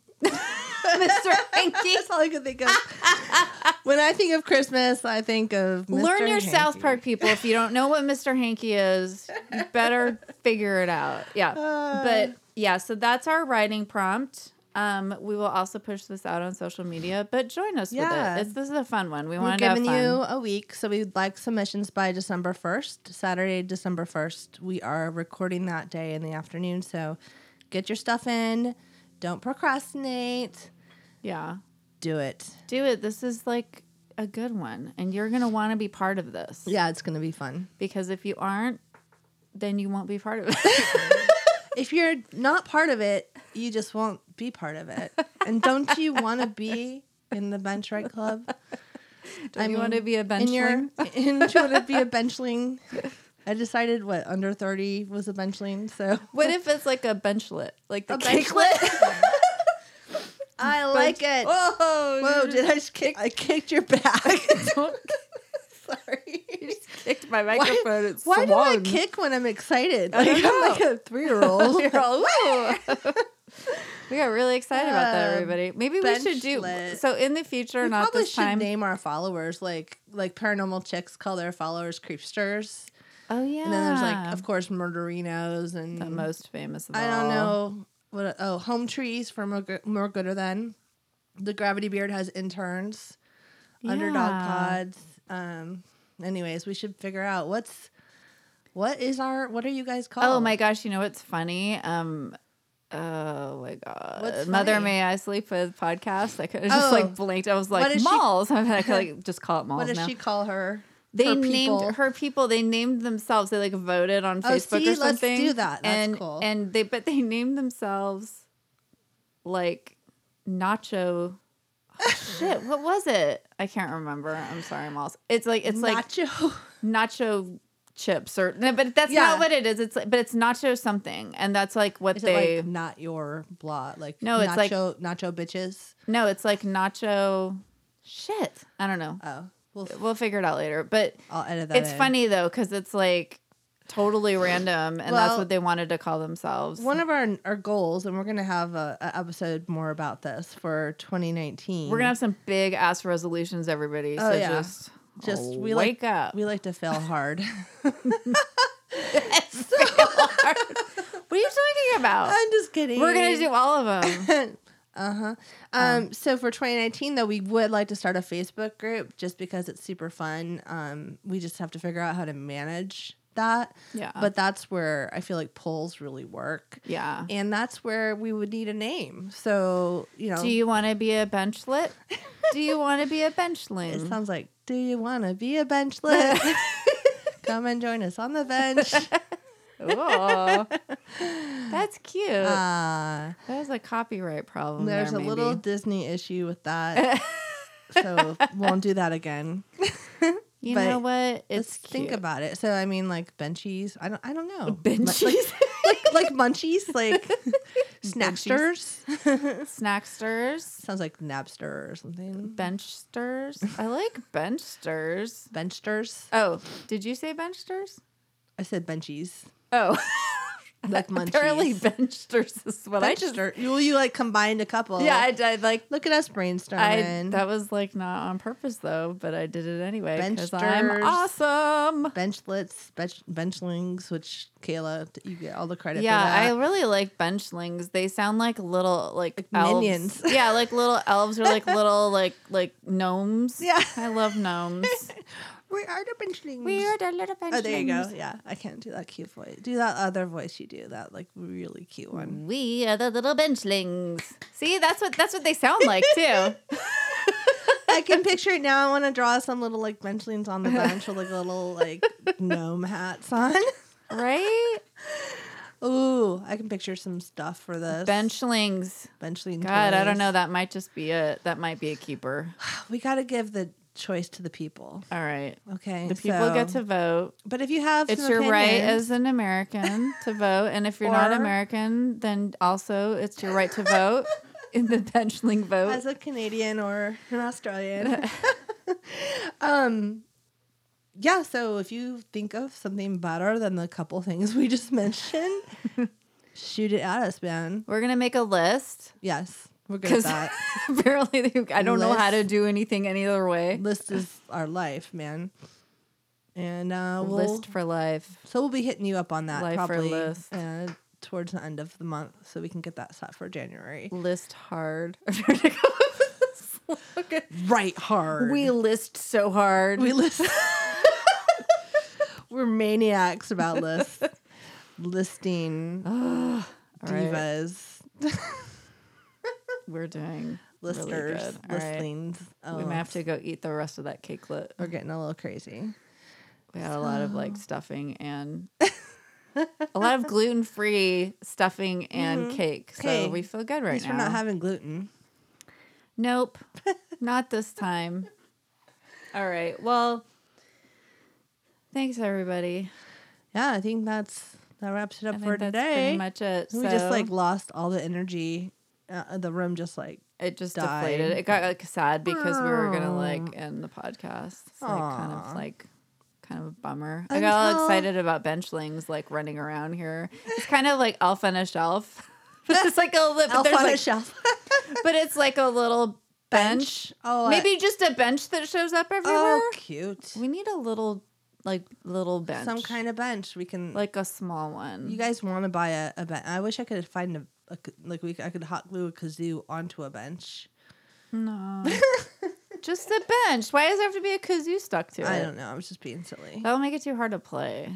S1: Mr. Hanky.
S2: That's all I could think of. when I think of Christmas, I think of Mr.
S1: Learn your South
S2: Hanky.
S1: Park people. If you don't know what Mr. Hanky is, you better figure it out. Yeah. but yeah, so that's our writing prompt. Um, we will also push this out on social media, but join us
S2: Yeah.
S1: with it. It's, this is a fun one. We
S2: We're
S1: want to have
S2: giving
S1: fun.
S2: you a week, so we would like submissions by December 1st, Saturday, December 1st. We are recording that day in the afternoon, so get your stuff in. Don't procrastinate.
S1: yeah.
S2: Do it.
S1: Do it. This is like a good one. And you're going to want to be part of this.
S2: Yeah, it's going to be fun.
S1: Because if you aren't, then you won't be part of it.
S2: If you're not part of it, you just won't be part of it. And don't you want to be in the bench right club?
S1: Don't you want to be a
S2: in your
S1: benchling?
S2: in do you want to be a benchling? I decided what under 30 was a benchling, so
S1: What if it's like a benchlet? Like the
S2: A
S1: kick-
S2: I like it.
S1: Oh,
S2: Whoa, did I just kick? I kicked your back. Sorry.
S1: kicked my microphone. it
S2: Why do I
S1: swung.
S2: kick when I'm excited?
S1: I
S2: Like,
S1: know.
S2: I'm like a three year old.
S1: You're all, "Whoa." we got really excited about that,
S2: Uh,
S1: everybody. Maybe we should do
S2: benchlet.
S1: so in the future,
S2: We
S1: not
S2: probably
S1: this
S2: should
S1: time.
S2: name our followers like like paranormal chicks call their followers creepsters,
S1: oh yeah,
S2: and then there's like of course murderinos and
S1: the most famous. Of
S2: I don't
S1: all.
S2: know what oh home trees for more, Go- more gooder than the gravity beard has interns, underdog
S1: Yeah.
S2: pods. Um, anyways, we should figure out what's what is our what are you guys called?
S1: Oh my gosh, you know what's funny? Um oh my god.
S2: What's
S1: Mother
S2: funny?
S1: May I Sleep with podcast. I could have just
S2: Oh.
S1: like blinked. I was
S2: What
S1: like
S2: does she-
S1: malls. I could like just call it malls
S2: What does
S1: now.
S2: she call her?
S1: they
S2: her people?
S1: named her people, they named themselves. They like voted on
S2: Oh,
S1: Facebook
S2: see,
S1: or
S2: let's
S1: something.
S2: do that. That's
S1: and,
S2: cool.
S1: And they but they named themselves like Nacho Oh, shit, what was it? I can't remember. I'm sorry, malls. It's like it's like
S2: Nacho.
S1: nacho chips or no, but that's
S2: Yeah.
S1: not what it is. It's like, but it's nacho something, and that's like what
S2: Is
S1: they.
S2: it like not your blah? Like
S1: No, it's like-
S2: nacho nacho bitches.
S1: no, it's like nacho. Shit, I don't know.
S2: Oh, well,
S1: We'll figure it out later. But
S2: I'll edit that.
S1: it's
S2: in.
S1: funny though because it's like totally random, and that's
S2: Well,
S1: what they wanted to call themselves.
S2: One of our our goals, and we're gonna have a, a episode more about this for 2019.
S1: We're gonna have some big ass resolutions, everybody.
S2: Oh,
S1: so
S2: yeah.
S1: just,
S2: just we
S1: wake
S2: like,
S1: up.
S2: We like to fail hard.
S1: what are you talking about?
S2: I'm just kidding.
S1: We're gonna do all of them.
S2: Uh-huh. Um, so for 2019, though, we would like to start a Facebook group just because it's super fun. Um, we just have to figure out how to manage that.
S1: Yeah.
S2: But that's where I feel like polls really work.
S1: Yeah.
S2: And that's where we would need a name. So, you know,
S1: Do you want to be a benchlet? Do you want to be a benchling?
S2: it sounds like, do you want to be a benchlet? Come and join us on the bench.
S1: Oh, that's cute.
S2: Uh,
S1: There's a copyright problem.
S2: there's
S1: there,
S2: a little
S1: maybe.
S2: Disney issue with that. so, won't do that again.
S1: You
S2: but
S1: know what? It's
S2: Let's think
S1: cute.
S2: about it. So I mean, like benchies. I don't. I don't know.
S1: Benchies?
S2: like, like like munchies, like snacksters.
S1: snacksters,
S2: Sounds like Napster or something.
S1: benchsters. I like benchsters.
S2: Benchsters.
S1: Oh, did you say benchsters?
S2: I said benchies.
S1: Oh,
S2: Like munchies.
S1: apparently benchsters is what I just.
S2: Benchster. You you like combined a couple.
S1: Yeah, I, I like.
S2: Look at us
S1: I,
S2: brainstorming.
S1: that was like not on purpose though, but I did it anyway because I'm
S2: Benchsters.
S1: awesome.
S2: Benchlets, bench, benchlings, which Kayla, you get all the credit.
S1: Yeah, I
S2: for that.
S1: really like benchlings. They sound like little like, elves.
S2: minions.
S1: yeah, like little elves or like little like like gnomes.
S2: Yeah.
S1: I love gnomes.
S2: we are the benchlings.
S1: a little benchlings.
S2: Oh, there you go. Yeah, I can't do that cute voice. Do that other voice you do. That like really cute one.
S1: We are the little benchlings. See, that's what that's what they sound like too.
S2: I can picture it now. I want to draw some little like benchlings on the bench with like little like gnome hats on.
S1: right?
S2: Ooh, I can picture some stuff for this
S1: Benchlings.
S2: benchlings.
S1: God, I don't know.
S2: toys.
S1: That might just be a that might be a keeper.
S2: We got to give the choice to the people.
S1: All right.
S2: Okay,
S1: The people
S2: so-
S1: get to vote.
S2: But if you have,
S1: It's
S2: some
S1: your right
S2: opinions-
S1: as an American to vote, and if you're not
S2: Or-
S1: American, then also it's your right to vote in the benchling vote.
S2: as a Canadian or an Australian. um, yeah, so if you think of something better than the couple things we just mentioned, shoot it at us, man.
S1: We're gonna make a list
S2: Yes, we're good
S1: because
S2: at that.
S1: apparently they, I don't know how to
S2: List.
S1: do anything any other way.
S2: List is our life, man. And uh, we'll,
S1: List for life.
S2: so we'll be hitting you up on that
S1: Life or
S2: probably
S1: list.
S2: Uh, towards the end of the month, so we can get that set for January.
S1: List hard.
S2: Right hard.
S1: we list so hard.
S2: We list. We're maniacs about lists. Listing
S1: All right,
S2: divas,
S1: we're doing
S2: listers,
S1: really good. All right.
S2: listings. Oh,
S1: We may have to go eat the rest of that cakelet.
S2: we're getting a little crazy.
S1: We had a lot of like stuffing and a lot of gluten free stuffing and
S2: Mm-hmm.
S1: cake. So
S2: Hey,
S1: we feel good
S2: At
S1: right
S2: least
S1: now.
S2: we're not having gluten.
S1: nope, not this time. All right. Well, thanks everybody.
S2: Yeah, I think that's that wraps it up
S1: I
S2: for
S1: think that's
S2: today.
S1: pretty much it.
S2: we just
S1: So,
S2: like lost all the energy. Uh, the room just like
S1: it just
S2: died.
S1: deflated. It got like sad because we were gonna like end the podcast. It's like kind
S2: Aw.
S1: of like kind of a bummer. I got all
S2: Until-
S1: excited about benchlings like running around here. It's kind of like elf on a shelf. it's like a little but
S2: elf on
S1: there's
S2: a
S1: like
S2: shelf.
S1: but it's like a little bench.
S2: Oh, I-
S1: Maybe just a bench that shows up everywhere.
S2: oh, cute.
S1: We need a little, like little bench,
S2: Some kind of bench we can
S1: like a small one.
S2: You guys want to buy a, a bench? I wish I could find a, a c- like we c- I could hot glue a kazoo onto a bench.
S1: no, just a bench. Why does there have to be a kazoo stuck to it?
S2: I don't know. I was just being silly.
S1: That'll make it too hard to play.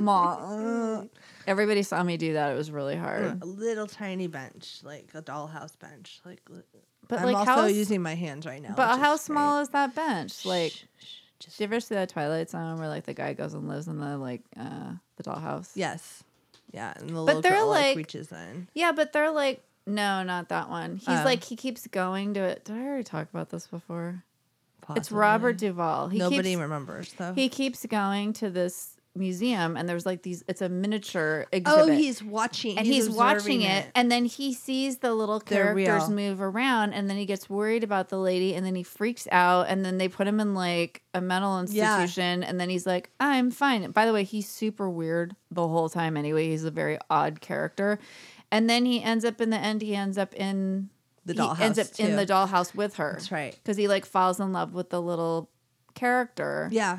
S1: Ma, uh, everybody saw me do that. It was really hard.
S2: A little tiny bench, like a dollhouse bench. Like l-
S1: But
S2: I'm
S1: like
S2: also
S1: how, s-
S2: using my hands right now.
S1: but
S2: which
S1: how
S2: is
S1: small is that bench?
S2: great.
S1: Like,
S2: Shh, shh, just
S1: did you ever see that Twilight Zone where like the guy goes and lives in the like uh the dollhouse?
S2: yes, yeah. And the
S1: But
S2: little
S1: they're
S2: girl like,
S1: like-
S2: reaches in.
S1: Yeah, but they're like, no, not that one. He's
S2: Oh.
S1: like, he keeps going to it. Did I already talk about this before? It's Robert
S2: Possibly.
S1: Duvall. He
S2: Nobody
S1: keeps,
S2: remembers though.
S1: he keeps going to this museum, and there's like these. It's a miniature exhibit.
S2: Oh, he's watching.
S1: and he's, watching
S2: observing
S1: it, and then he sees the little
S2: They're
S1: characters
S2: real.
S1: move around, and then he gets worried about the lady, and then he freaks out, and then they put him in like a mental
S2: Yeah.
S1: institution, and then he's like, "I'm fine." By the way, he's super weird the whole time. Anyway, he's a very odd character, and then he ends up in the end. He ends up in
S2: The
S1: He ends
S2: dollhouse,
S1: up in
S2: too.
S1: the dollhouse with her.
S2: That's right.
S1: because he like falls in love with the little character.
S2: Yeah.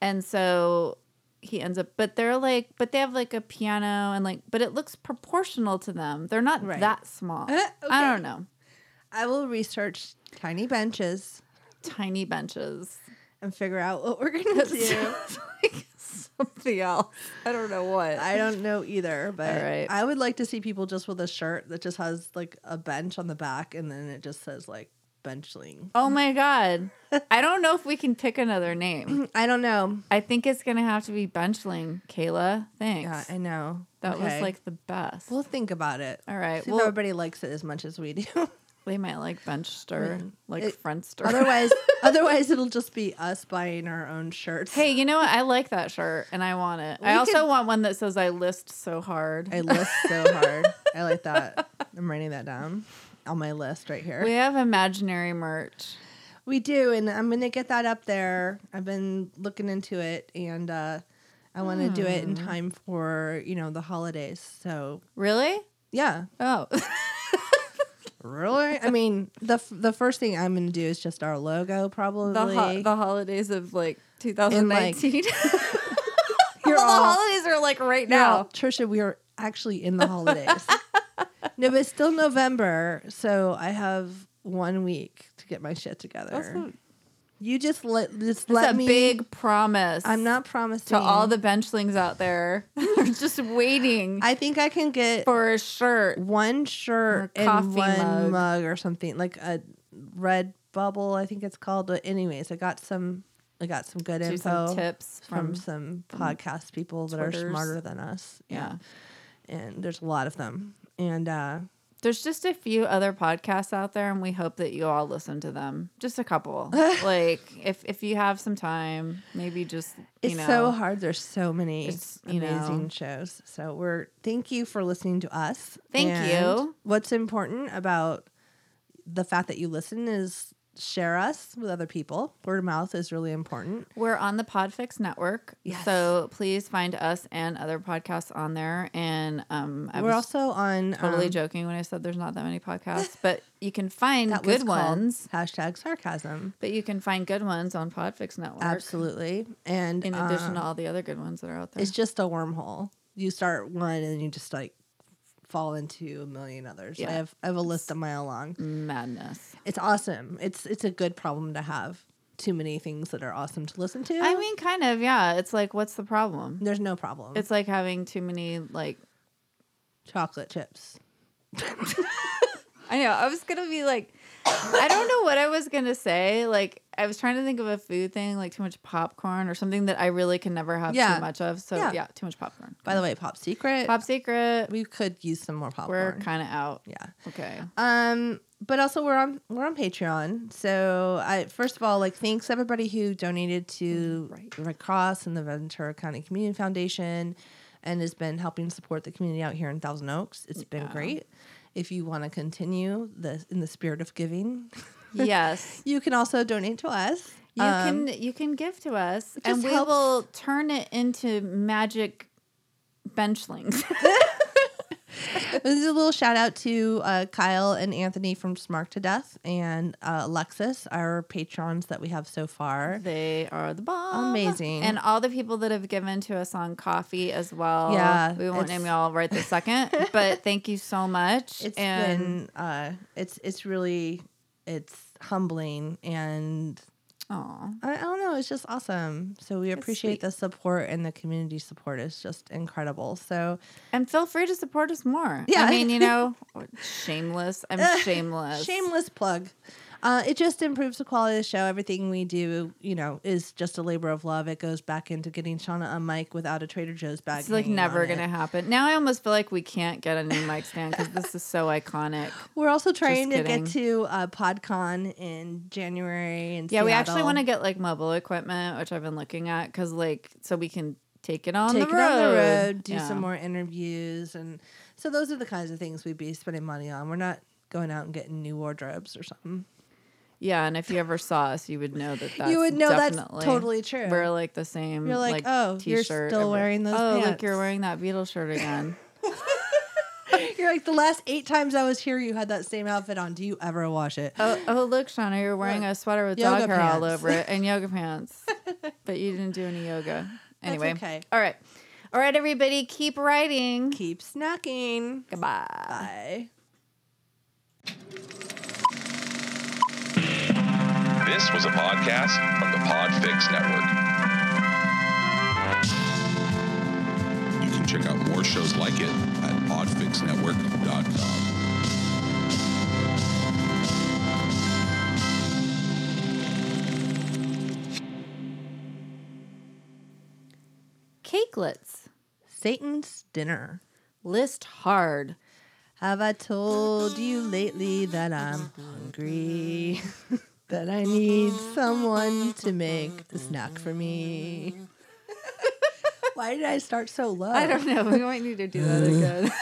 S1: And so he ends up, but they're like, but they have like a piano and like, but it looks proportional to them. They're not
S2: Right. Uh,
S1: that small. I
S2: Okay.
S1: don't know.
S2: I will research tiny benches
S1: Tiny benches.
S2: and figure out what we're gonna do.
S1: Sounds like something else. I don't know what.
S2: I don't know either, but
S1: All right.
S2: I would like to see people just with a shirt that just has like a bench on the back and then it just says like benchling.
S1: oh my God. I don't know if we can pick another name.
S2: I don't know.
S1: I think it's going to have to be Benchling, Kayla. Thanks.
S2: Yeah, I know.
S1: that was
S2: Okay.
S1: like the best.
S2: we'll think about it.
S1: All right.
S2: See
S1: Well,
S2: if everybody likes it as much as we do.
S1: they might like Benchster, like
S2: it-
S1: Frontster.
S2: otherwise, otherwise it'll just be us buying our own shirts.
S1: Hey, you know what? I like that shirt and I want it. I
S2: We
S1: also
S2: could-
S1: want one that says I list so hard.
S2: I list so hard. I like that. I'm writing that down on my list right here.
S1: we have imaginary merch.
S2: We do, and I'm gonna get that up there. I've been looking into it, and uh, I want to do it in time for you know the holidays. So
S1: Really?
S2: yeah,
S1: Oh.
S2: really. I mean, the f- the first thing I'm gonna do is just our logo, probably.
S1: the, ho- the holidays of like 2019.
S2: 2019.
S1: All
S2: You're
S1: the
S2: all-
S1: holidays are like right
S2: now,
S1: now.
S2: Trisha, we are actually in the holidays. no, but it's still November, so I have one week to get my shit together. you just let just
S1: That's
S2: let
S1: a
S2: me.
S1: big promise.
S2: I'm not promising
S1: to all the benchlings out there. They're just waiting
S2: I think I can get
S1: for a shirt.
S2: one shirt
S1: Or
S2: and
S1: coffee
S2: one
S1: mug.
S2: mug. or something like a red bubble i think it's called but anyways i got some i got some good
S1: Do
S2: info
S1: some tips
S2: from,
S1: from,
S2: some podcast people that
S1: Twitters.
S2: are smarter than us
S1: yeah.
S2: and there's a lot of them and uh
S1: There's just a few other podcasts out there, and we hope that you all listen to them. Just a couple. like if if you have some time, maybe just you
S2: it's
S1: know.
S2: so hard there's so many
S1: It's, you know.
S2: amazing shows so we're thank you for listening to us
S1: Thank
S2: And
S1: you.
S2: what's important about the fact that you listen is share us with other people word of mouth is really important
S1: We're on the Podfix network,
S2: Yes.
S1: so please find us and other podcasts on there. And um, I
S2: we're
S1: was
S2: also on
S1: totally
S2: um,
S1: joking when I said there's not that many podcasts, but you can find
S2: That was
S1: good
S2: called
S1: ones.
S2: Hashtag sarcasm.
S1: But you can find good ones on Podfix network.
S2: Absolutely. And
S1: In addition to
S2: uh,
S1: all the other good ones that are out there.
S2: it's just a wormhole. You start one and you just like fall into a million others.
S1: Yeah.
S2: I have I have a list a mile long.
S1: madness.
S2: It's awesome. It's it's a good problem to have. Too many things that are awesome to listen to.
S1: I mean, kind of, yeah. It's like, what's the problem?
S2: there's no problem.
S1: It's like having too many like
S2: chocolate chips.
S1: I know. I was gonna be like I don't know what I was gonna say. Like I was trying to think of a food thing, like too much popcorn or something that I really can never have
S2: Yeah.
S1: too much of. So yeah,
S2: Yeah.
S1: too much popcorn.
S2: By the way, Pop Secret.
S1: Pop secret.
S2: we could use some more popcorn.
S1: We're kinda out.
S2: yeah.
S1: Okay.
S2: Um, but also we're on we're on Patreon. So I first of all, like thanks everybody who donated to
S1: Right.
S2: Red Cross and the Ventura County Community Foundation and has been helping support the community out here in Thousand Oaks. It's been
S1: Yeah.
S2: great. If you want to continue the in the spirit of giving,
S1: yes.
S2: you can also donate to us.
S1: You
S2: Um,
S1: can you can give to us
S2: just
S1: and we
S2: helps.
S1: will turn it into magic benchlings.
S2: This is a little shout out to uh, Kyle and Anthony from Smark to Death and uh, Alexis, our patrons that we have so far.
S1: They are the bomb.
S2: Amazing.
S1: And all the people that have given to us on coffee as well.
S2: Yeah,
S1: We won't
S2: it's-
S1: name y'all right this second, but thank you so much.
S2: It's
S1: and
S2: been uh it's it's really it's humbling and
S1: aw,
S2: I, I don't know it's just awesome so we
S1: sweet.
S2: appreciate the support and the community support is just incredible so
S1: and feel free to support us more. I
S2: Yeah.
S1: mean, you know, shameless. I'm shameless.
S2: shameless plug uh, it just improves the quality of the show everything we do you know is just a labor of love it goes back into getting shauna a mic without a trader joe's bag
S1: It's like
S2: hanging
S1: never
S2: on it.
S1: gonna happen. Now I almost feel like we can't get a new mic stand because this is so iconic.
S2: we're also trying to
S1: kidding.
S2: get to uh, podcon in january and
S1: Yeah, we actually
S2: Seattle.
S1: want to get like mobile equipment, which I've been looking at because like so we can Take it on,
S2: take
S1: the,
S2: it
S1: road.
S2: on the road, do
S1: Yeah.
S2: some more interviews, and so those are the kinds of things we'd be spending money on. We're not going out and getting new wardrobes or something.
S1: Yeah, and if you ever saw us, you would know that that's
S2: you would know that's
S1: definitely,
S2: totally true.
S1: We're like the same.
S2: You're like,
S1: like,
S2: "Oh,
S1: t-shirt
S2: you're still
S1: every-
S2: wearing those
S1: Oh, look,
S2: pants."
S1: you're wearing that Beatles shirt again.
S2: You're like the last eight times I was here, you had that same outfit on. Do you ever wash it?
S1: oh, oh, look, Shauna, you're wearing a sweater with dog
S2: Yoga
S1: hair all
S2: pants.
S1: over it and yoga pants, but you didn't do any yoga. Anyway,
S2: okay.
S1: All right, all right, everybody, keep writing.
S2: Keep snacking.
S1: Goodbye.
S2: Bye.
S4: This was a podcast from the Podfix Network. You can check out more shows like it at podfixnetwork.com.
S1: Cakelets.
S2: Satan's dinner.
S1: List hard.
S2: Have I told you lately that I'm hungry? that I need someone to make a snack for me? Why did I start so low? Oh.
S1: I don't know. We might need to do that again.